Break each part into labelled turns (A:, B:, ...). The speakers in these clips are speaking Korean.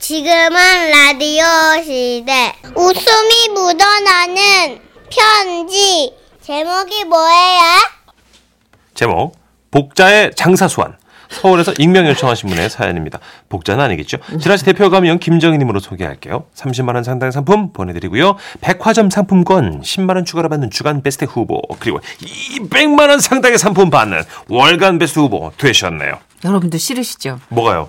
A: 지금은 라디오 시대. 웃음이 묻어나는 편지. 제목이 뭐예요?
B: 제목 복자의 장사수환 서울에서 익명 요청하신 분의 사연입니다. 복자는 아니겠죠? 지라시 대표 가면 김정희님으로 소개할게요. 30만 원 상당의 상품 보내드리고요. 백화점 상품권 10만 원 추가로 받는 주간 베스트 후보 그리고 200만 원 상당의 상품 받는 월간 베스트 후보 되셨네요.
C: 여러분도 싫으시죠?
B: 뭐가요?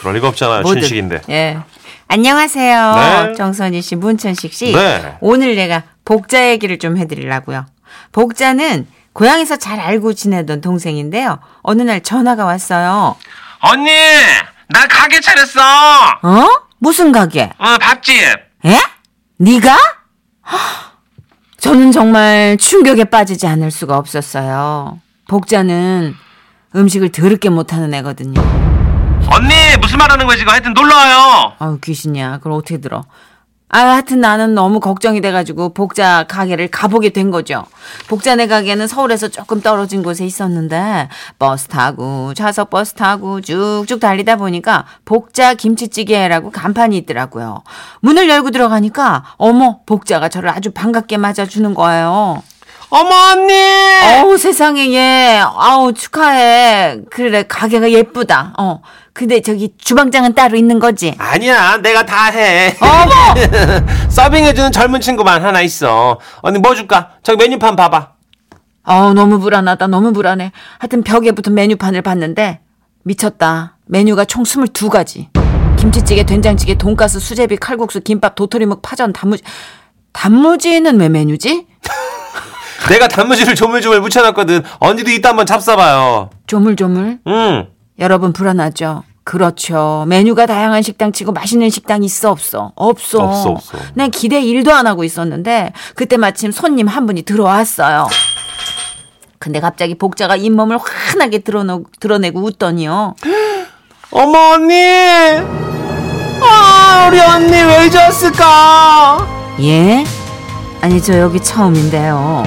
B: 그럴 리가 없잖아요.
C: 뭐든.
B: 춘식인데.
C: 예. 안녕하세요.
B: 네.
C: 정선희 씨, 문천식 씨.
B: 네.
C: 오늘 내가 복자 얘기를 좀 해드리려고요. 복자는 고향에서 잘 알고 지내던 동생인데요. 어느 날 전화가 왔어요.
D: 언니, 나 가게 차렸어.
C: 어? 무슨 가게?
D: 어, 밥집.
C: 예? 네가? 저는 정말 충격에 빠지지 않을 수가 없었어요. 복자는 음식을 더럽게 못하는 애거든요.
D: 언니, 무슨 말 하는 거야, 지금? 하여튼 놀러 와요.
C: 아유 귀신이야. 그걸 어떻게 들어? 아, 하여튼 나는 너무 걱정이 돼가지고 복자 가게를 가보게 된 거죠. 복자네 가게는 서울에서 조금 떨어진 곳에 있었는데 버스 타고 좌석 버스 타고 쭉쭉 달리다 보니까 복자 김치찌개라고 간판이 있더라고요. 문을 열고 들어가니까 어머 복자가 저를 아주 반갑게 맞아주는 거예요.
D: 어머, 언니.
C: 어우 세상에 얘 아우 축하해. 그래 가게가 예쁘다. 어 근데 저기 주방장은 따로 있는 거지?
B: 아니야, 내가 다 해.
C: 어머
B: 서빙해주는 젊은 친구만 하나 있어. 언니 뭐 줄까? 저기 메뉴판 봐봐.
C: 아우 너무 불안하다 너무 불안해 하여튼 벽에 붙은 메뉴판을 봤는데 미쳤다 메뉴가 총 22가지 김치찌개 된장찌개 돈가스 수제비 칼국수 김밥 도토리묵 파전 단무지 단무지는 왜 메뉴지?
B: 내가 단무지를 조물조물 묻혀놨거든. 언니도 이따 한번 잡숴봐요.
C: 조물조물
B: 응.
C: 여러분 불안하죠? 그렇죠. 메뉴가 다양한 식당 치고 맛있는 식당 있어 없어? 없어.
B: 없어, 없어.
C: 난 기대 일도 안 하고 있었는데 그때 마침 손님 한 분이 들어왔어요. 근데 갑자기 복자가 잇몸을 환하게 드러내, 드러내고 웃더니요.
B: 어머 언니 아 우리 언니 왜 이랬을까
C: 예? 아니 저 여기 처음인데요.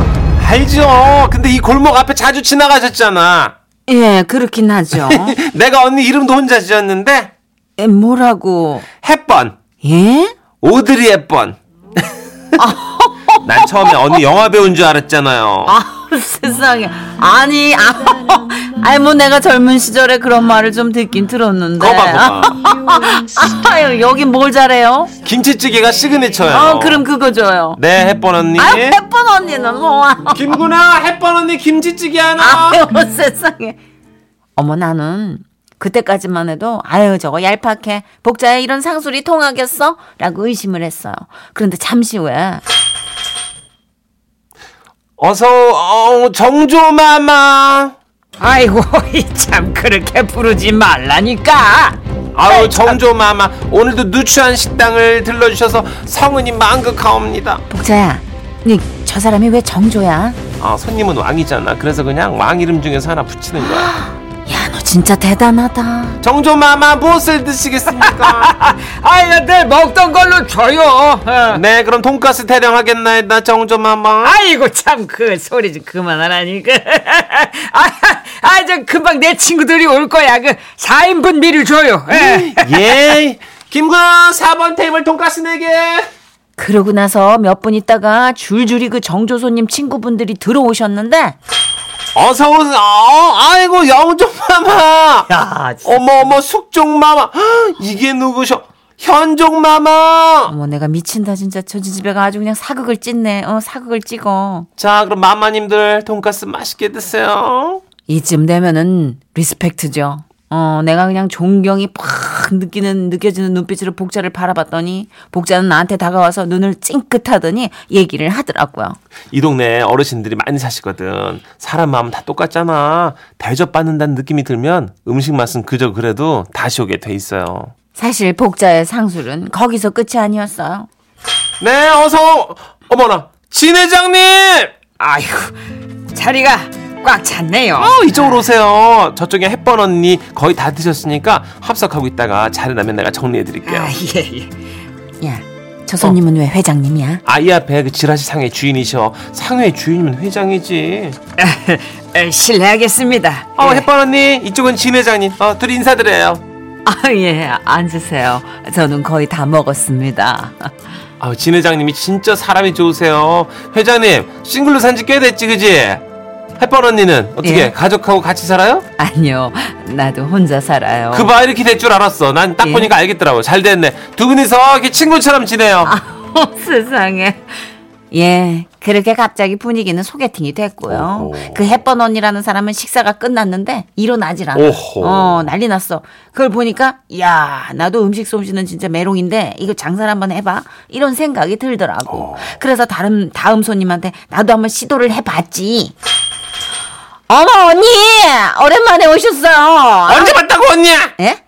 B: 알죠 근데 이 골목 앞에 자주 지나가셨잖아
C: 예, 그렇긴 하죠.
B: 내가 언니 이름도 혼자 지었는데
C: 예, 뭐라고?
B: 햇번
C: 예?
B: 오드리 햇번 난 처음에 언니 영화 배우인 줄 알았잖아요
C: 아 세상에 아니 아, 아니 뭐 내가 젊은 시절에 그런 말을 좀 듣긴 들었는데
B: 거봐 거봐
C: 아유 여기 뭘 잘해요?
B: 김치찌개가 시그니처예요
C: 어 그럼 그거 줘요.
B: 네 햇번 언니
C: 아유 예쁜 언니는 뭐
B: 김구나 햇번 언니 김치찌개 하나
C: 아유 세상에. 어머 나는 그때까지만 해도 아유 저거 얄팍해 복자에 이런 상술이 통하겠어? 라고 의심을 했어요. 그런데 잠시 후에
B: 어서 어, 정조마마
C: 아이고 이 참 그렇게 부르지 말라니까. 네.
B: 아우 정조마마 오늘도 누추한 식당을 들러주셔서 성은이 만극하옵니다
C: 복자야, 니 저 사람이 왜 정조야?
B: 아 손님은 왕이잖아 그래서 그냥 왕 이름 중에서 하나 붙이는 거야
C: 야 너 진짜 대단하다.
B: 정조마마 무엇을 드시겠습니까
D: 아이, 내 먹던 걸로 줘요.
C: 어.
B: 네 그럼 돈가스 대령 하겠나이다 정조마마
D: 아이고, 참, 그 소리 좀 그만하라니까. 아, 아, 저 금방 내 친구들이 올 거야. 그 4인분 미리 줘요.
C: 네.
D: 예.
B: 예 김구나 4번 테이블 돈가스 4개
C: 그러고 나서 몇 분 있다가 줄줄이 그 정조 손님 친구분들이 들어오셨는데
B: 어서 오세요 어, 아이고 영조마마
D: 야, 진짜.
B: 어머 어머 숙종마마 헉, 이게 누구셔 현종마마
C: 어머 내가 미친다 진짜 저 지지배가 아주 그냥 사극을 찢네 어 사극을 찍어
B: 자 그럼 마마님들 돈가스 맛있게 드세요
C: 이쯤 되면은 리스펙트죠 어 내가 그냥 존경이 팍 느끼는 느껴지는 눈빛으로 복자를 바라봤더니 복자는 나한테 다가와서 눈을 찡긋하더니 얘기를 하더라고요
B: 이 동네 어르신들이 많이 사시거든. 사람 마음 다 똑같잖아. 대접받는다는 느낌이 들면 음식 맛은 그저 그래도 다시 오게 돼 있어요.
C: 사실 복자의 상술은 거기서 끝이 아니었어요
B: 네, 어서 오- 어머나 진 회장님.
D: 아이고, 자리가 꽉 찼네요.
C: 아,
B: 어, 이쪽으로 오세요. 저쪽에 햇번 언니 거의 다 드셨으니까 합석하고 있다가 자리 나면 내가 정리해 드릴게요.
D: 아, 예, 예.
C: 야 저 손님은 왜 회장님이야?
B: 아 이 앞에 그 지라시 상의 주인이셔. 상의 주인이면 회장이지.
D: 에, 실례하겠습니다.
B: 어,
D: 예.
B: 햇번 언니 이쪽은 진 회장님. 어, 둘이 인사드려요.
C: 아, 예, 앉으세요. 저는 거의 다 먹었습니다.
B: 아, 진 회장님이 진짜 사람이 좋으세요. 회장님, 싱글로 산 지 꽤 됐지, 그지? 햇벌 언니는 어떻게
C: 예.
B: 가족하고 같이 살아요?
C: 아니요, 나도 혼자 살아요.
B: 그 봐 이렇게 될 줄 알았어. 난 딱
C: 어. 예.
B: 보니까 알겠더라고. 잘 됐네. 두 분이서 이렇게 친구처럼 지내요.
C: 어, 세상에. 예, 그렇게 갑자기 분위기는 소개팅이 됐고요.
B: 오호.
C: 그 햇번 언니라는 사람은 식사가 끝났는데 일어나질 않아.
B: 오호.
C: 어, 난리 났어. 그걸 보니까 야, 나도 음식 솜씨는 진짜 메롱인데 이거 장사를 한번 해봐. 이런 생각이
B: 어.
C: 들더라고. 그래서 다른 다음 손님한테 나도 한번 시도를 해봤지. 어머 언니, 오랜만에 오셨어요.
B: 언제 봤다고 언니야?
C: 예?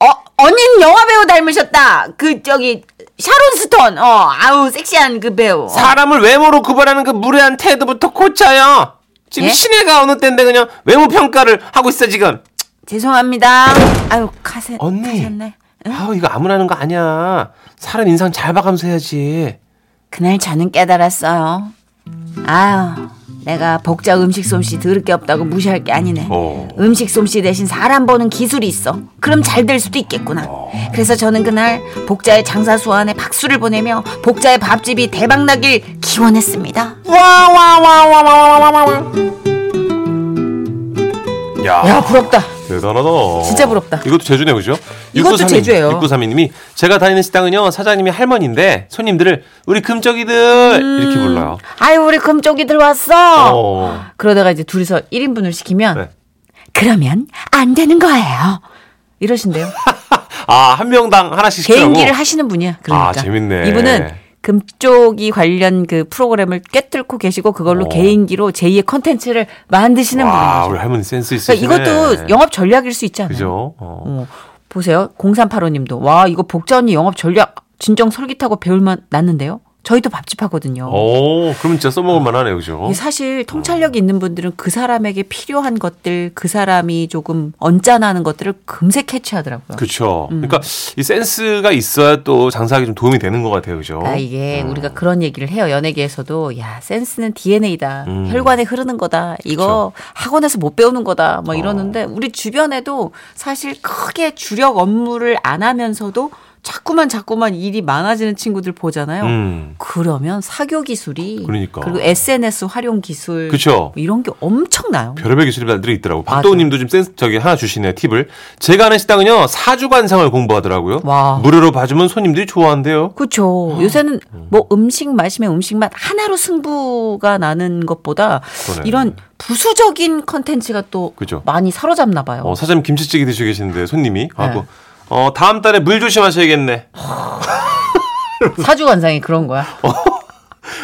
C: 어, 언니는 영화 배우 닮으셨다. 그 저기 샤론 스톤. 어, 아우 섹시한 그 배우. 어.
B: 사람을 외모로 구별하는 그 무례한 태도부터 고쳐요. 지금
C: 예?
B: 신혜가 어느 때인데 그냥 외모 평가를 하고 있어 지금.
C: 죄송합니다. 아유 카세.
B: 언니.
C: 카셨네.
B: 아우 이거 아무나 하는 거 아니야. 사람 인상 잘 봐가면서 해야지.
C: 그날 저는 깨달았어요. 아유, 내가 복자 음식 솜씨 더럽게 없다고 무시할 게 아니네.
B: 어.
C: 음식 솜씨 대신 사람 보는 기술이 있어. 그럼 잘 될 수도 있겠구나.
B: 어.
C: 그래서 저는 그날 복자의 장사 수완에 박수를 보내며 복자의 밥집이 대박 나길 기원했습니다.
B: 와와와와와와와와. 야.
C: 야, 부럽다.
B: 대단하다.
C: 진짜 부럽다.
B: 이것도 제주네요, 그죠?
C: 이것도 제주예요.
B: 6932님이 제가 다니는 식당은요, 사장님이 할머니인데 손님들을 우리 금쪽이들 이렇게 불러요.
C: 아유 우리 금쪽이 음. 들어왔어.
B: 어.
C: 그러다가 이제 둘이서 1인분을 시키면
B: 네.
C: 그러면 안 되는 거예요. 이러신대요.
B: 아, 한 명당 하나씩 시키라고.
C: 개인기를 하시는 분이야. 그러니까.
B: 아, 재밌네.
C: 이분은 금쪽이 관련 그 프로그램을 꿰뚫고 계시고 그걸로
B: 어.
C: 개인기로 제2의 컨텐츠를 만드시는
B: 와,
C: 분이에요.
B: 우리 할머니 센스 있으시네.
C: 그러니까 이것도 영업 전략일 수 있지 않아요?
B: 그죠? 어.
C: 어, 보세요. 0385님도 와 이거 복자 언니 영업 전략 진정 솔깃하고 배울만 났는데요. 저희도 밥집
B: 어.
C: 하거든요.
B: 오, 그럼 진짜 써먹을만 하네요, 그죠?
C: 이게 사실
B: 아.
C: 통찰력이 있는 분들은 그 사람에게 필요한 것들, 그 사람이 조금 언짢아하는 것들을 금세 캐치하더라고요.
B: 그렇죠.
C: 음.
B: 그러니까 이 센스가 있어야 또 장사하기 좀 도움이 되는 것 같아요, 그죠?
C: 아, 이게
B: 음.
C: 우리가 그런 얘기를 해요. 연예계에서도 야, 센스는 DNA다.
B: 음.
C: 혈관에 흐르는 거다. 이거 학원에서 못 배우는 거다.
B: 어.
C: 뭐 이러는데 우리 주변에도 사실 크게 주력 업무를 안 하면서도 자꾸만 자꾸만 일이 많아지는 친구들 보잖아요.
B: 음.
C: 그러면 사교 기술이
B: 그러니까.
C: 리고 SNS 활용 기술
B: 그쵸.
C: 뭐 이런 게 엄청나요.
B: 별의별 기술들이 있더라고.
C: 맞아.
B: 박도우님도 좀 센스 저기 하나 주시네요 팁을. 제가 아는 식당은요 사주관상을 공부하더라고요.
C: 와.
B: 무료로 봐주면 손님들이 좋아한대요.
C: 그렇죠.
B: 음.
C: 요새는 뭐 음식 맛이면 음식 맛 하나로 승부가 나는 것보다
B: 그러네.
C: 이런 부수적인 컨텐츠가 또
B: 그죠.
C: 많이 사로잡나 봐요.
B: 어, 사장님 김치찌개 드시고 계시는데
C: 네.
B: 손님이 하고 어 다음 달에 물 조심하셔야겠네.
C: 사주 관상이 그런 거야.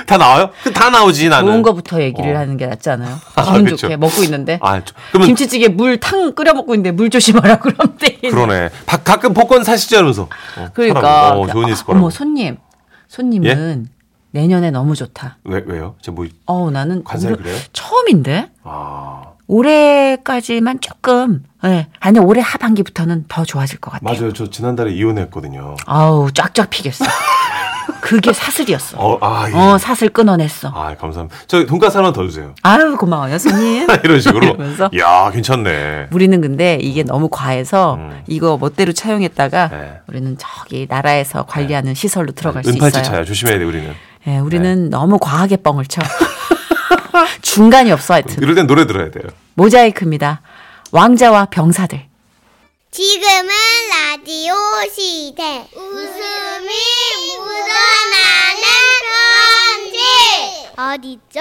B: 다 나와요? 그 다 어, 나오지 나는.
C: 좋은 거부터 얘기를
B: 어.
C: 하는 게 낫지 않아요?
B: 아,
C: 기분
B: 그쵸.
C: 좋게 먹고 있는데
B: 아 저- 그러면
C: 김치찌개 물 탕 끓여 먹고 있는데 물 조심하라 그럼 돼.
B: 그러네. 바- 가끔 복권 사시지 않으면서. 어,
C: 그러니까
B: 사람, 어, 좋은 일 있을 거라고.
C: 어머 손님 손님은 내년에 너무 좋다.
B: 왜 왜요? 제뭐
C: 어우 나는
B: 관상이
C: 올해-
B: 그래요?
C: 처음인데.
B: 아
C: 올해까지만 조금. 예. 아니 올해 하반기부터는 더 좋아질 것 같아요.
B: 맞아요. 저 지난달에 이혼했거든요.
C: 아우 쫙쫙 피겠어. 그게 사슬이었어.
B: 어
C: 어,
B: 아 예.
C: 사슬 끊어냈어.
B: 아 감사합니다. 저 돈가스 하나 더 주세요.
C: 아유 고마워요 손님.
B: 이런 식으로.
C: 이러면서.
B: 야 괜찮네.
C: 우리는 근데 이게 너무 과해서
B: 음.
C: 이거 멋대로 차용했다가
B: 네.
C: 우리는 저기 나라에서 관리하는 시설로 들어갈 수
B: 은팔찌
C: 있어요.
B: 차야 조심해야 돼 우리는.
C: 예,
B: 네.
C: 우리는 너무 과하게 뻥을 쳐. 중간이 없어 하여튼.
B: 이럴 땐 노래 들어야 돼요.
C: 모자이크입니다. 왕자와 병사들.
A: 지금은 라디오 시대. 웃음이 묻어나는 편지. 어딨죠?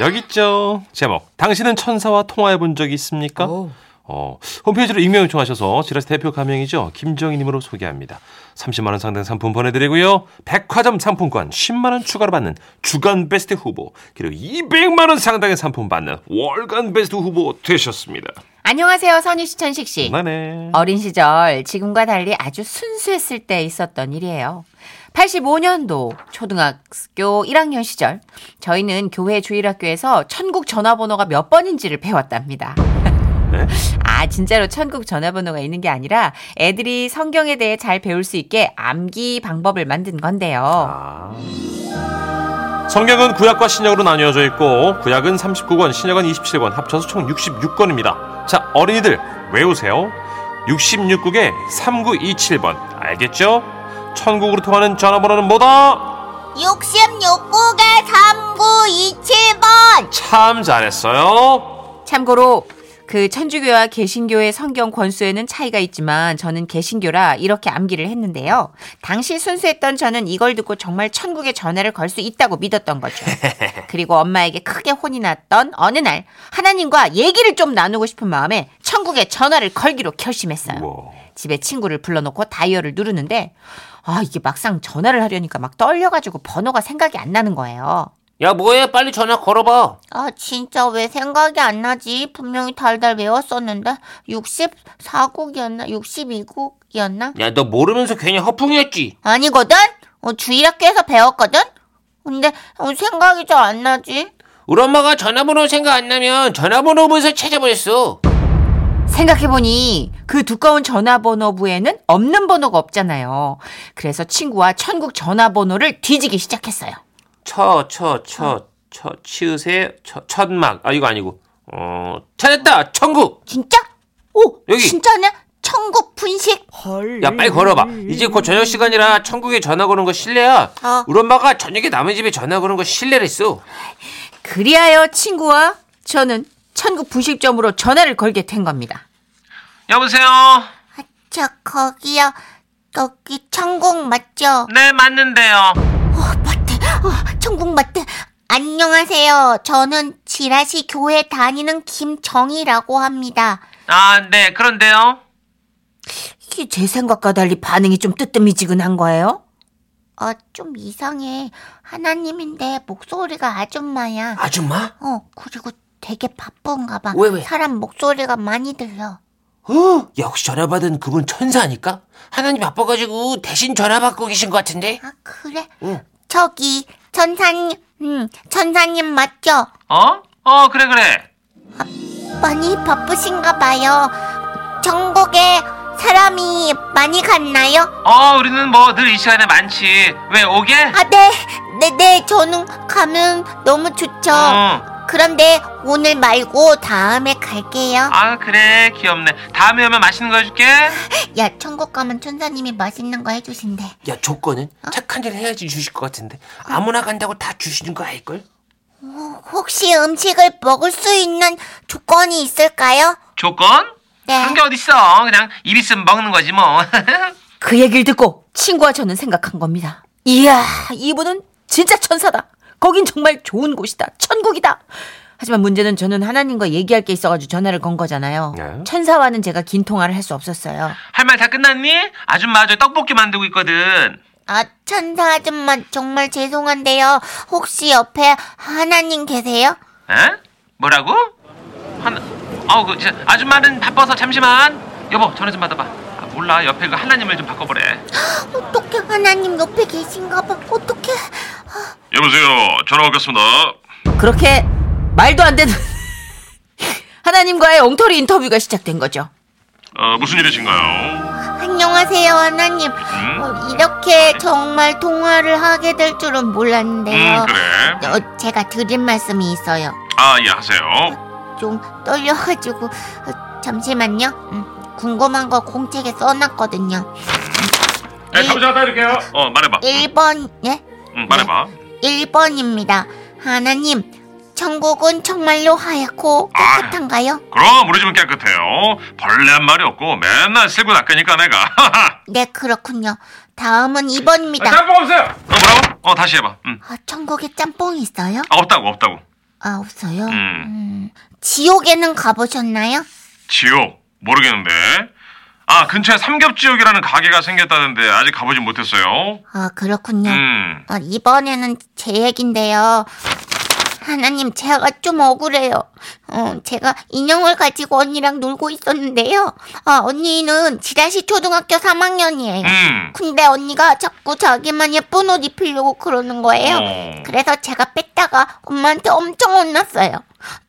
B: 여기 있죠. 제목 당신은 천사와 통화해 본 적이 있습니까? 어, 홈페이지로 익명 요청하셔서 지라스 대표 가명이죠. 김정희님으로 소개합니다. 30만 원 상당 상품 보내드리고요. 백화점 상품권 10만 원 추가로 받는 주간 베스트 후보 그리고 200만 원 상당의 상품 받는 월간 베스트 후보 되셨습니다.
C: 안녕하세요 선희 씨 천식 씨.
B: 나네.
C: 어린 시절 지금과 달리 아주 순수했을 때 있었던 일이에요. 85년도 초등학교 1학년 시절 저희는 교회 주일학교에서 천국 전화번호가 몇 번인지를 배웠답니다.
B: 네?
C: 아 진짜로 천국 전화번호가 있는 게 아니라 애들이 성경에 대해 잘 배울 수 있게 암기 방법을 만든 건데요.
B: 아, 성경은 구약과 신약으로 나뉘어져 있고 구약은 39권, 신약은 27권, 합쳐서 총 66권입니다. 자, 어린이들 외우세요. 66국에 3927번. 알겠죠? 천국으로 통하는 전화번호는 뭐다?
A: 66국에 3927번
B: 참 잘했어요.
C: 참고로 그 천주교와 개신교의 성경 권수에는 차이가 있지만 저는 개신교라 이렇게 암기를 했는데요. 당시 순수했던 저는 이걸 듣고 정말 천국에 전화를 걸 수 있다고 믿었던 거죠. 그리고 엄마에게 크게 혼이 났던 어느 날 하나님과 얘기를 좀 나누고 싶은 마음에 천국에 전화를 걸기로 결심했어요.
B: 우와.
C: 집에 친구를 불러놓고 다이얼을 누르는데 아 이게 막상 전화를 하려니까 막 떨려가지고 번호가 생각이 안 나는 거예요.
E: 야 뭐해 빨리 전화 걸어봐
A: 아 진짜 왜 생각이 안 나지 분명히 달달 외웠었는데 64국이었나 62국이었나
E: 야 너 모르면서 괜히 허풍이었지
A: 아니거든 어, 주일학교에서 배웠거든 근데 어, 생각이 잘 안 나지
E: 우리 엄마가 전화번호 생각 안 나면 전화번호 보면서 찾아보냈어
C: 생각해보니 그 두꺼운 전화번호부에는 없는 번호가 없잖아요. 그래서 친구와 천국 전화번호를 뒤지기 시작했어요.
E: 처 처 처 처 치으세요 처, 천막 아 이거 아니고 어 찾았다 천국
A: 진짜? 오
E: 여기.
A: 진짜네 천국 분식
E: 야 빨리 걸어봐 이제 곧 저녁 시간이라 천국에 전화 거는 거 실례야
A: 어.
E: 우리 엄마가 저녁에 남의 집에 전화 거는 거 실례랬어
C: 그리하여 친구와 저는 천국 분식점으로 전화를 걸게 된 겁니다.
E: 여보세요
A: 저 거기요 거기 천국 맞죠?
E: 네 맞는데요
A: 맞대. 어, 천국 맞대. 안녕하세요. 저는 지라시 교회 다니는 김정희라고 합니다.
E: 아 네 그런데요
C: 이게 제 생각과 달리 반응이 좀 뜨뜻미지근한 거예요.
A: 어, 좀 이상해. 하나님인데 목소리가 아줌마야.
E: 아줌마
A: 어, 그리고 되게 바쁜가 봐.
E: 왜, 왜?
A: 사람 목소리가 많이 들려.
E: 어 역시 전화 받은 그분 천사니까 하나님 바빠가지고 대신 전화 받고 계신 것 같은데
A: 아, 그래?
E: 응.
A: 저기 천사님, 음, 천사님 맞죠?
E: 어? 어 그래 그래
A: 많이 바쁘신가 봐요. 전국에 사람이 많이 갔나요?
E: 어 우리는 뭐 늘 이 시간에 많지 왜 오게?
A: 아, 네. 네, 네. 저는 가면 너무 좋죠.
E: 어.
A: 그런데 오늘 말고 다음에 갈게요.
E: 아 그래 귀엽네 다음에 오면 맛있는 거 해줄게
A: 야, 천국 가면 천사님이 맛있는 거 해주신대.
E: 야 조건은 착한 일 해야지 주실 것 같은데 아무나 간다고 다 주시는 거 아닐걸?
A: 혹시 음식을 먹을 수 있는 조건이 있을까요?
E: 조건?
A: 네. 그런 게
E: 어딨어 그냥 입 있으면 먹는 거지 뭐
C: 그 얘기를 듣고 친구와 저는 생각한 겁니다. 아, 이야, 이분은 진짜 천사다. 거긴 정말 좋은 곳이다. 천국이다. 하지만 문제는 저는 하나님과 얘기할 게 있어가지고 전화를 건 거잖아요.
B: 네.
C: 천사와는 제가 긴 통화를 할 수 없었어요.
E: 할 말 다 끝났니? 아줌마 저 떡볶이 만들고 있거든
A: 아, 천사 아줌마 정말 죄송한데요. 혹시 옆에 하나님 계세요?
E: 에? 뭐라고? 하나, 아우 그 진짜 아줌마는 바빠서 잠시만. 여보 전화 좀 받아봐. 아, 몰라 옆에 그 하나님을 좀 바꿔보래.
A: 어떻게 하나님 옆에 계신가 봐. 어떻게?
F: 여보세요. 전화 왔겠습니다.
C: 그렇게 말도 안 되는 하나님과의 엉터리 인터뷰가 시작된 거죠.
F: 어, 무슨 일이신가요?
A: 안녕하세요, 하나님.
F: 음?
A: 어, 이렇게 정말 통화를 하게 될 줄은 몰랐는데요.
F: 음, 그래.
A: 어, 제가 드릴 말씀이 있어요.
F: 아, 예, 하세요.
A: 좀 떨려가지고 어, 잠시만요. 음, 궁금한 거 공책에 써놨거든요. 음,
F: 네, 잠시 갔다 이럴게요. 어, 말해봐.
A: 네. 1번 예?
F: 음, 말해봐.
A: 1번입니다. 하나님, 천국은 정말로 하얗고
F: 아.
A: 깨끗한가요?
F: 그럼 우리 집은 깨끗해요. 벌레 한 마리 없고 맨날 쓸고 닦으니까 내가.
A: 네, 그렇군요. 다음은 2번입니다.
F: 짬뽕 없어요. 어, 뭐라고? 어, 다시 해봐. 음.
A: 아, 천국에 짬뽕 있어요?
F: 아, 없다고, 없다고.
A: 아, 없어요.
F: 음,
A: 음, 지옥에는 가보셨나요?
F: 지옥 모르겠는데. 아, 근처에 삼겹지옥이라는 가게가 생겼다는데 아직 가보진 못했어요.
A: 아, 그렇군요.
F: 음.
A: 아, 이번에는 제 얘긴데요. 하나님, 제가 좀 억울해요. 어, 제가 인형을 가지고 언니랑 놀고 있었는데요. 아, 언니는 지라시 초등학교 3학년이에요.
F: 음.
A: 근데 언니가 자꾸 자기만 예쁜 옷 입히려고 그러는 거예요.
F: 어.
A: 그래서 제가 뺐다가 엄마한테 엄청 혼났어요.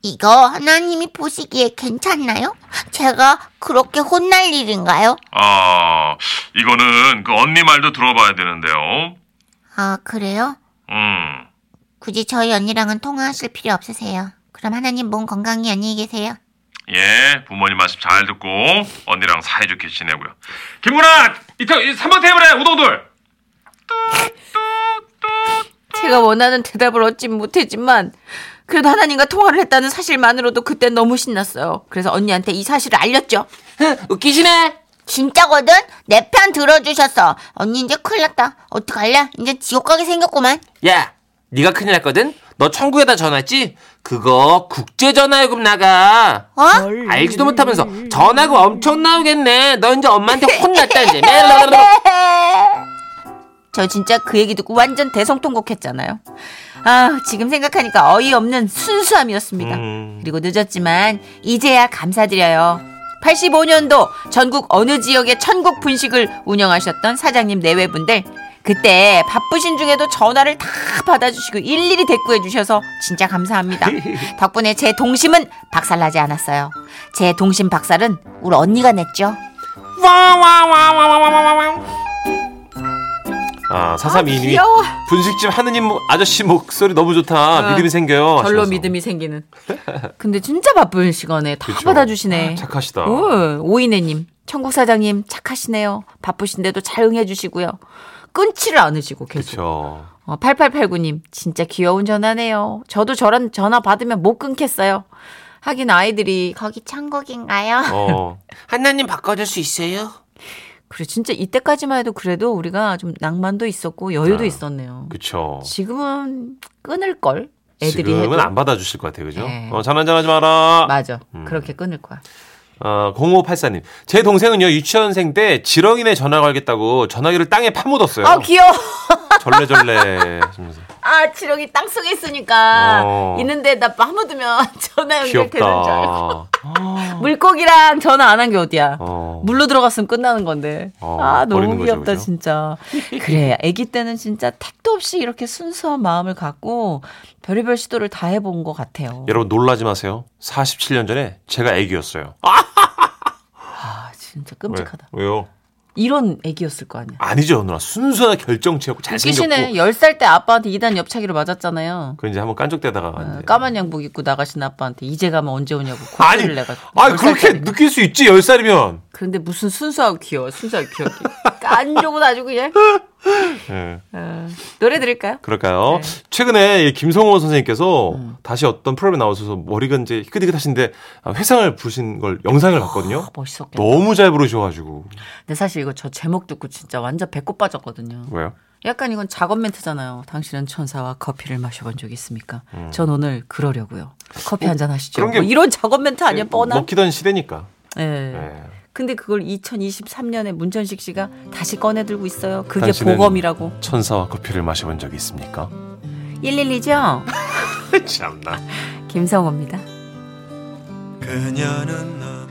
A: 이거 하나님이 보시기에 괜찮나요? 제가 그렇게 혼날 일인가요?
F: 아, 이거는 그 언니 말도 들어봐야 되는데요.
A: 아, 그래요?
F: 음.
A: 굳이 저희 언니랑은 통화하실 필요 없으세요. 그럼 하나님 몸 건강히 안녕히 계세요.
F: 예, 부모님 말씀 잘 듣고 언니랑 사이좋게 지내고요. 김구나, 이거 3번 테이블에 우동돌.
C: 제가 원하는 대답을 얻지 못했지만 그래도 하나님과 통화를 했다는 사실만으로도 그때 너무 신났어요. 그래서 언니한테 이 사실을 알렸죠.
D: 웃기시네.
A: 진짜거든? 내 편 들어주셨어. 언니 이제 큰일 났다. 어떡할래? 이제 지옥 가게 생겼구만.
G: 야, 네가 큰일 났거든. 너 천국에다 전화했지? 그거 국제 전화요금 나가.
A: 어?
G: 알지도 못하면서 전화금 엄청 나오겠네. 너 이제 엄마한테 혼났다 이제.
C: 저 진짜 그 얘기 듣고 완전 대성통곡했잖아요. 아, 지금 생각하니까 어이없는 순수함이었습니다.
B: 음.
C: 그리고 늦었지만 이제야 감사드려요. 85년도 전국 어느 지역의 천국 분식을 운영하셨던 사장님 내외분들 그때 바쁘신 중에도 전화를 다 받아주시고 일일이 대꾸해 주셔서 진짜 감사합니다. 덕분에 제 동심은 박살나지 않았어요. 제 동심 박살은 우리 언니가 냈죠.
B: 아, 4322님이
C: 귀여워.
B: 분식집 하느님 목- 아저씨 목소리 너무 어, 좋다. 믿음이 생겨요.
C: 별로
B: 하셔서.
C: 믿음이 생기는. 근데 진짜 바쁜 시간에 다
B: 그쵸.
C: 받아주시네.
B: 착하시다.
C: 오, 오이네님, 천국 사장님 착하시네요. 바쁘신데도 잘 응해주시고요. 끊지를 않으시고 계속.
B: 그렇죠.
C: 어, 8889님, 진짜 귀여운 전화네요. 저도 저런 전화 받으면 못 끊겠어요. 하긴 아이들이
A: 거기 천국인가요?
B: 어.
G: 하나님 바꿔줄 수 있어요?
C: 그래 진짜 이때까지만 해도 그래도 우리가 좀 낭만도 있었고 여유도
B: 아,
C: 있었네요.
B: 그렇죠.
C: 지금은 끊을 걸 애들이 해도
B: 지금은 안 받아주실 것 같아요. 그죠?
C: 네.
B: 어, 전화 전화하지 마라.
C: 맞아
B: 음.
C: 그렇게 끊을 거야.
B: 어, 0584님. 제 동생은요, 유치원생 때 지렁이네 전화 걸겠다고 전화기를 땅에 파묻었어요.
C: 아 귀여워.
B: 절레절레. 하면서.
C: 아 지렁이 땅 속에 있으니까
B: 어.
C: 있는데 나 파묻으면 전화 연결되는 줄 알고.
B: 귀엽다.
C: 물고기랑 전화 안 한 게 어디야.
B: 어.
C: 물로 들어갔으면 끝나는 건데.
B: 어,
C: 아,
B: 버리는
C: 너무
B: 거죠,
C: 귀엽다,
B: 그죠?
C: 진짜. 그래, 아기 때는 진짜 택도 없이 이렇게 순수한 마음을 갖고 별의별 시도를 다 해본 것 같아요.
B: 여러분 놀라지 마세요. 47년 전에 제가 애기였어요.
C: 아, 진짜 끔찍하다.
B: 왜? 왜요?
C: 이런 애기였을 거 아니야.
B: 아니죠, 누나. 순수한 결정체였고
C: 웃기시네.
B: 잘생겼고.
C: 10살 때 아빠한테 2단 옆차기로 맞았잖아요.
B: 그 이제 한번 깐족대다가
C: 어,
B: 왔는데.
C: 까만 양복 입고 나가신 아빠한테 이제 가면 언제 오냐고
B: 아니,
C: 고소를 내가지고.
B: 아니
C: 10살
B: 그렇게
C: 짜리.
B: 느낄 수 있지 10살이면.
C: 그런데 무슨 순수하고 귀여워. 순수하고 귀엽게. 깐족은 아주 그냥.
B: 예.
C: 어, 노래 들을까요?
B: 그럴까요?
C: 네.
B: 최근에 이 김성호 선생님께서
C: 음.
B: 다시 어떤 프로그램에 나오셔서 머리가 이제 희끗희끗하신데 아, 회상을 부신 걸 영상을
C: 아,
B: 봤거든요.
C: 어, 멋있었겠다.
B: 너무 잘 부르셔가지고
C: 근데 사실 이거 저 제목 듣고 진짜 완전 배꼽 빠졌거든요.
B: 왜요?
C: 약간 이건 작업 멘트잖아요. 당신은 천사와 커피를 마셔본 적이 있습니까? 전 오늘 그러려고요. 커피 한 잔 하시죠.
B: 음. 어? 그런 게- 뭐
C: 뭐 이런 작업 멘트 아니야 뻔한.
B: 먹히던 시대니까.
C: 예.
B: 예.
C: 근데 그걸 2023년에 문천식 씨가 다시 꺼내 들고 있어요. 그게
B: 당신은
C: 보검이라고.
B: 천사와 커피를 마셔본 적이 있습니까?
C: 112죠?
B: 참나.
C: 김성호입니다.
H: 그녀는 나